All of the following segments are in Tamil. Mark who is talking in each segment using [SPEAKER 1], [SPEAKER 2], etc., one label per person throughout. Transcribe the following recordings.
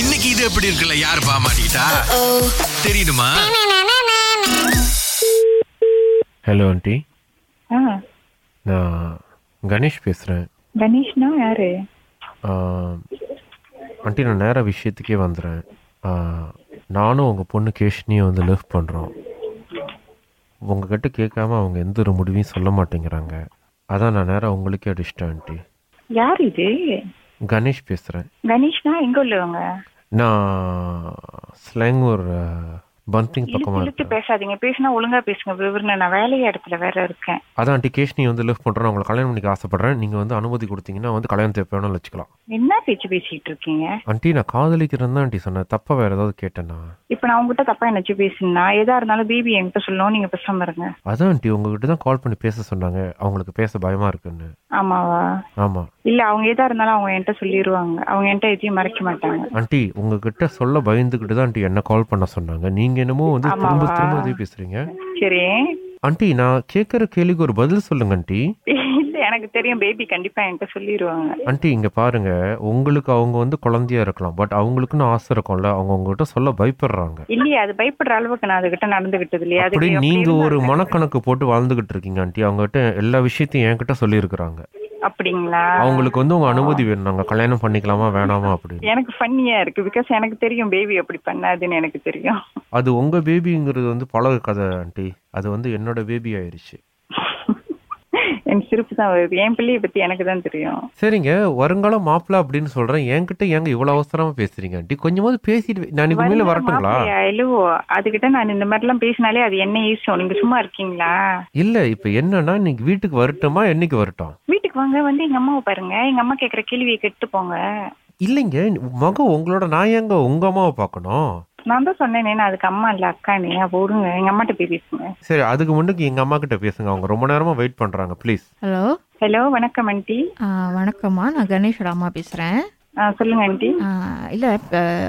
[SPEAKER 1] இன்னைக்கு இது எப்படி இருக்குல்ல யார் பாமாட்டா தெரியுமா
[SPEAKER 2] ஹலோ ஆண்டி
[SPEAKER 3] ஆ
[SPEAKER 2] நான் கணேஷ் பேசுகிறேன்
[SPEAKER 3] கணேஷ்னா யாரு
[SPEAKER 2] ஆண்டி நான் நேராக விஷயத்துக்கே வந்துடுறேன் ஆ, நானும் உங்கள் பொண்ணு கேஷ்னியும் வந்து லவ் பண்ணுறோம் உங்ககிட்ட கேட்காம அவங்க எந்த ஒரு முடிவையும் சொல்ல மாட்டேங்கிறாங்க அதான் நான் நேராக உங்களுக்கே அடிச்சிட்டேன் ஆண்டி
[SPEAKER 3] யார் இது
[SPEAKER 2] கணேஷ் பேசுகிறேன்
[SPEAKER 3] கணேஷ்னா எங்க உள்ளவங்க
[SPEAKER 2] நான் ஸ்லாங் ஒரு பந்திங்
[SPEAKER 3] இழுத்து
[SPEAKER 2] பக்கமாக
[SPEAKER 3] இழுத்து
[SPEAKER 2] இருக்கேன்
[SPEAKER 3] பேசாதீங்க பேசினா ஒழுங்கா பேசுங்க விவரண நான் வேலைய இடத்துல வேற இருக்கேன்
[SPEAKER 2] அதான் ஆண்டி கேஷ்னி வந்து லவ் பண்ணுறேன் உங்களை கல்யாணம் பண்ணிக்க ஆசைப்பட்றேன் நீங்கள் வந்து அனுமதி கொடுத்தீங்கன்னா வந்து கல்யாணத்தை எப்போ வேணாலும் வச்சுக்கலாம்
[SPEAKER 3] என்ன பேச்சு பேசிட்டு இருக்கீங்க
[SPEAKER 2] ஆண்டி நான் காதலிக்கிறேன்னு தான் ஆண்டி சொன்னேன் தப்பாக வேறு ஏதாவது கேட்டேன்னா
[SPEAKER 3] இப்ப நான் உங்ககிட்ட தப்பா என்னச்சு பேசினா எதா இருந்தாலும் பேபி என்கிட்ட சொல்லணும் நீங்க பேசாம இருங்க
[SPEAKER 2] அதான் ஆண்டி உங்ககிட்ட தான் கால் பண்ணி பேச சொன்னாங்க அவங்களுக்கு பேச பயமா இருக்குன்னு
[SPEAKER 3] ஆமாவா
[SPEAKER 2] ஆமா
[SPEAKER 3] இல்ல அவங்க எதா இருந்தாலும் அவங்க என்கிட்ட சொல்லிடுவாங்க அவங்க என்கிட்ட எதையும் மறைக்க மாட்டாங்க
[SPEAKER 2] ஆண்டி உங்ககிட்ட சொல்ல பயந்துகிட்டு தான் ஆண்டி என்ன கால் பண்ண சொன்னாங்க நீங்க என்னமோ வந்து திரும்ப
[SPEAKER 3] ஆமாவா?
[SPEAKER 2] திரும்ப இதே பேசுறீங்க
[SPEAKER 3] சரி
[SPEAKER 2] ஆண்டி நான் கேட்குற கேள்விக்கு ஒரு பதில் சொல்லுங்க ஆண்டி
[SPEAKER 3] இல்ல எனக்கு தெரியும் பேபி கண்டிப்பா என்கிட்ட சொல்லிடுவாங்க
[SPEAKER 2] ஆண்டி இங்க பாருங்க உங்களுக்கு அவங்க வந்து குழந்தையா இருக்கலாம் பட் அவங்களுக்குன்னு ஆசை இருக்கும்ல அவங்க உங்ககிட்ட சொல்ல பயப்படுறாங்க
[SPEAKER 3] இல்லையே அது பயப்படுற அளவுக்கு நான் அதுகிட்ட நடந்துகிட்டது இல்லையா
[SPEAKER 2] அப்படி
[SPEAKER 3] அதுக்கு
[SPEAKER 2] நீங்க
[SPEAKER 3] அப்படி
[SPEAKER 2] ஒரு
[SPEAKER 3] இருந்தா-
[SPEAKER 2] மனக்கணக்கு போட்டு வாழ்ந்துகிட்டு இருக்கீங்க ஆண்டி அவங்ககிட்ட எல்லா விஷயத்தையும் என்கிட்ட சொல்லியிருக்கிறாங்க
[SPEAKER 3] அப்படிங்களா
[SPEAKER 2] அவங்களுக்கு வந்து உங்க அனுமதி வேணும் நாங்க கல்யாணம் பண்ணிக்கலாமா வேணாமா அப்படின்னு
[SPEAKER 3] எனக்கு ஃபன்னியா இருக்கு பிகாஸ் எனக்கு தெரியும் பேபி அப்படி பண்ணாதுன்னு எனக்கு தெரியும்
[SPEAKER 2] அது உங்க பேபிங்கிறது வந்து பழக கதை ஆண்டி அது வந்து என்னோட பேபி ஆயிருச்சு
[SPEAKER 3] எனக்கு சிரிப்பு தான் வருது என் பிள்ளைய பத்தி எனக்கு தான் தெரியும்
[SPEAKER 2] சரிங்க வருங்கால மாப்பிள்ள அப்படின்னு சொல்றேன் என்கிட்ட ஏங்க இவ்வளவு அவசரமா பேசுறீங்க ஆண்டி கொஞ்சமாவது பேசிட்டு வே- நான் இன்னைக்கு உண்மையில வரட்டுங்களா
[SPEAKER 3] மாப்பிள்ளையா, இல்லவோ அதுகிட்ட நான் இந்த மாதிரி எல்லாம் பேசினாலே அது என்ன ஈஸும் நீங்க சும்மா இருக்கீங்களா
[SPEAKER 2] இல்ல இப்ப என்னன்னா இன்னைக்கு வீட்டுக்கு வரட்டுமா என்னைக்கு வரட்டும்
[SPEAKER 3] வீட்டுக்கு வாங்க வந்து எங்க அம்மாவை பாருங்க எங்க அம்மா கேக்குற கேள்வியை கெட்டு போங்க
[SPEAKER 2] இல்லைங்க மகம் உங்களோட நான் ஏங்க உங்க அம்மாவை பார்க்கணும்
[SPEAKER 3] நான் தான் சொன்னேனே நான் அதுக்கு அம்மா இல்ல அக்கானே அப்ப விடுங்க எங்க அம்மாட்ட போய் பேசுங்க
[SPEAKER 2] சரி அதுக்கு முன்னுக்கு எங்க அம்மா கிட்ட பேசுங்க அவங்க ரொம்ப நேரமா வெயிட் பண்றாங்க ப்ளீஸ்
[SPEAKER 4] ஹலோ
[SPEAKER 3] ஹலோ வணக்கம் ஆண்டி
[SPEAKER 4] ஆ, வணக்கம்மா நான் கணேஷோட அம்மா பேசுகிறேன்
[SPEAKER 3] ஆ, சொல்லுங்க ஆண்டி
[SPEAKER 4] இல்லை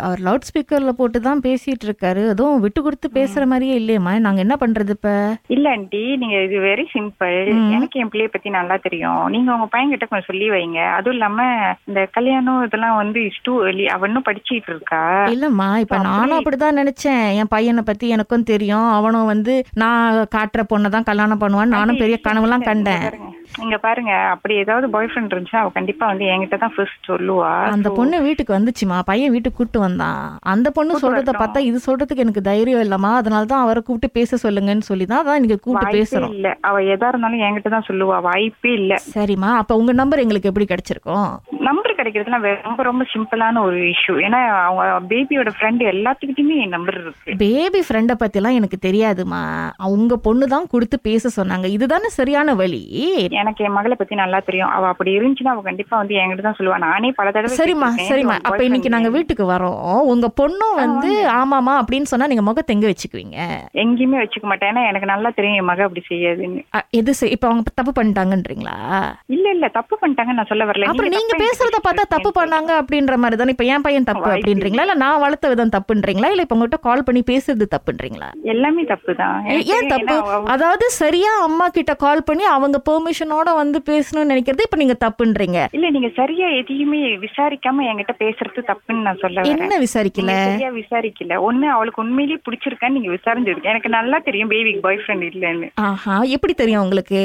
[SPEAKER 4] அவர் லவுட் ஸ்பீக்கரில் போட்டு தான் பேசிகிட்டு இருக்காரு அதுவும் விட்டு கொடுத்து பேசுகிற மாதிரியே இல்லையேம்மா நாங்கள் என்ன பண்ணுறது இப்போ
[SPEAKER 3] இல்ல ஆண்டி நீங்க இது வெரி சிம்பிள் எனக்கு என் பிள்ளைய பத்தி நல்லா தெரியும் நீங்க உங்க பையன் கிட்ட கொஞ்சம் சொல்லி வைங்க அதுவும் இல்லாம இந்த கல்யாணம் இதெல்லாம் வந்து இஷ்டு அவ இன்னும் படிச்சிட்டு இருக்கா
[SPEAKER 4] இல்லைம்மா இப்போ
[SPEAKER 3] அப்படி-
[SPEAKER 4] நானும் அப்படி தான் நினச்சேன் என் பையனை பற்றி எனக்கும் தெரியும் அவனும் வந்து நான் காட்டுற பொண்ணை தான் கல்யாணம் பண்ணுவான்னு நானும் பெரிய கனவுலாம் கண்டேன்
[SPEAKER 3] பாருங்க. இங்க பாருங்க அப்படி ஏதாவது பாய் ஃப்ரெண்ட் இருந்துச்சுன்னா அவ கண்டிப்பா வந்து என்கிட்ட தான் ஃபர்ஸ்ட் சொல்லுவா
[SPEAKER 4] அந்த பொண்ணு வீட்டுக்கு வந்துச்சுமா பையன் வீட்டுக்கு கூப்பிட்டு வந்தான் அந்த பொண்ணு
[SPEAKER 3] கூப்பிட்டு
[SPEAKER 4] சொல்றத
[SPEAKER 3] வரட்டும்.
[SPEAKER 4] பார்த்தா இது சொல்றதுக்கு எனக்கு தைரியம் இல்லம்மா அதனால தான் அவரை கூப்பிட்டு பேச சொல்லுங்கன்னு சொல்லி தான் அதான் நீங்க கூப்பிட்டு
[SPEAKER 3] வாய்ப்பே
[SPEAKER 4] பேசுறோம்
[SPEAKER 3] இல்ல அவ எதா இருந்தாலும் என்கிட்ட தான் சொல்லுவா வாய்ப்பே இல்ல
[SPEAKER 4] சரிம்மா அப்ப உங்க நம்பர் எங்களுக்கு எப்படி கிடைச்சிருக்கும்
[SPEAKER 3] நம்பர் கிடைக்கிறதுலாம் ரொம்ப ரொம்ப சிம்பிளான ஒரு இஷ்யூ ஏன்னா அவங்க பேபியோட ஃப்ரெண்ட் எல்லாத்துக்கிட்டயுமே என் நம்பர் இருக்கு
[SPEAKER 4] பேபி ஃப்ரெண்டை பத்திலாம் எனக்கு தெரியாதுமா உங்க பொண்ணு தான் கொடுத்து பேச சொன்னாங்க இதுதானே சரியான வழி
[SPEAKER 3] எனக்கு என் மகளை பத்தி நல்லா தெரியும் அவ அப்படி இருந்துச்சுன்னா அவ கண்டிப்பா வந்து என்கிட்ட தான் சொல்லுவா நானே பல தடவை
[SPEAKER 4] சரிம்மா
[SPEAKER 3] கேட்டிருக்கேன்.
[SPEAKER 4] சரிம்மா
[SPEAKER 3] உன்
[SPEAKER 4] அப்ப இன்னைக்கு
[SPEAKER 3] boyfriend
[SPEAKER 4] நாங்க வீட்டுக்கு வரோம் உங்க பொண்ணும் வந்து ஆமாமா அப்படின்னு சொன்னா நீங்க முகத்தை எங்க வச்சுக்குவீங்க
[SPEAKER 3] எங்கேயுமே வச்சுக்க மாட்டேன் ஏன்னா எனக்கு நல்லா தெரியும் என் மக அப்படி செய்யாதுன்னு
[SPEAKER 4] அ, எது செய்- இப்ப அவங்க தப்பு பண்ணிட்டாங்கன்றீங்களா
[SPEAKER 3] இல்ல இல்ல தப்பு பண்ணிட்டாங்க நான் சொல்ல வரல
[SPEAKER 4] அப்புறம் நீங்க
[SPEAKER 3] தப்பா
[SPEAKER 4] பேசுறத
[SPEAKER 3] interpret
[SPEAKER 4] பார்த்தா தப்பு பண்ணாங்க அப்படின்ற மாதிரி தானே இப்ப என் பையன் தப்பு
[SPEAKER 3] வாய்ப்பு
[SPEAKER 4] அப்படின்றீங்களா இல்ல நான் வளர்த்த விதம் தப்புன்றீங்களா இல்ல இப்ப உங்ககிட்ட கால் பண்ணி பேசுறது தப்புன்றீங்களா
[SPEAKER 3] எல்லாமே தப்பு தான்
[SPEAKER 4] ஏ- ஏன் தப்பு அதாவது சரியா அம்மா கிட்ட கால் பண்ணி அவங்க பெர்மிஷனோட வந்து பேசணும்னு நினைக்கிறது இப்ப நீங்க தப்புன்றீங்க
[SPEAKER 3] இல்ல நீங்க சரியா எதையுமே விசாரிக்காம என்கிட்ட பேசுறது தப்புன்னு நான் சொல்ல வரேன்
[SPEAKER 4] என்ன விசாரிக்கல
[SPEAKER 3] நீங்க சரியா விசாரிக்கல ஒண்ணு அவளுக்கு உண்மையிலேயே பிடிச்சிருக்கான்னு நீங்க விசாரிஞ்சிருக்கு எனக்கு நல்லா தெரியும் பேபிக்கு பாய் ஃப்ரெண்ட் இல்லன்னு
[SPEAKER 4] ஆஹா எப்படி தெரியும் உங்களுக்கு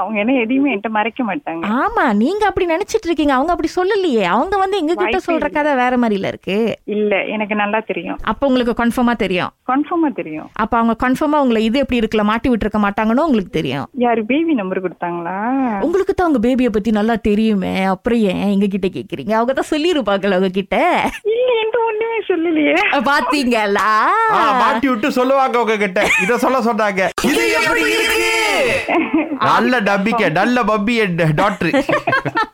[SPEAKER 3] அவங்க என்ன எதையுமே என்கிட்ட மறைக்க மாட்டாங்க
[SPEAKER 4] ஆமா நீங்க அப்படி நினைச்சிட்டு இருக்கீங்க அவங்க அப்படி சொல்லலையே அவங்க வந்து எங்க கிட்ட
[SPEAKER 3] வாய்ப்பே
[SPEAKER 4] சொல்ற கதை வேற மாதிரில இருக்கு
[SPEAKER 3] இல்ல எனக்கு நல்லா தெரியும்
[SPEAKER 4] அப்ப உங்களுக்கு கன்ஃபார்மா தெரியும்
[SPEAKER 3] கன்ஃபார்மா தெரியும்
[SPEAKER 4] அப்ப அவங்க கன்ஃபார்மா உங்களை இது எப்படி இருக்கல மாட்டி விட்டுருக்க மாட்டாங்கன்னு உங்களுக்கு தெரியும்
[SPEAKER 3] யாரு பேபி நம்பர் கொடுத்தாங்களா
[SPEAKER 4] உங்களுக்கு தான் உங்க பேபியை பத்தி நல்லா தெரியுமே அப்புறம் ஏன் எங்க கிட்ட கேக்குறீங்க அவங்க தான் சொல்லிருப்பாங்கல்ல உங்க கிட்ட
[SPEAKER 3] இல்ல என்கிட்ட ஒண்ணுமே சொல்லலையே
[SPEAKER 4] பாத்தீங்களா
[SPEAKER 5] ஆ, மாட்டி விட்டு சொல்லுவாங்க உங்ககிட்ட இத சொல்ல சொன்னாங்க இது எப்படி இருக்கு நல்ல நம்பிக்கை நல்ல பப்பி என் டாக்டர்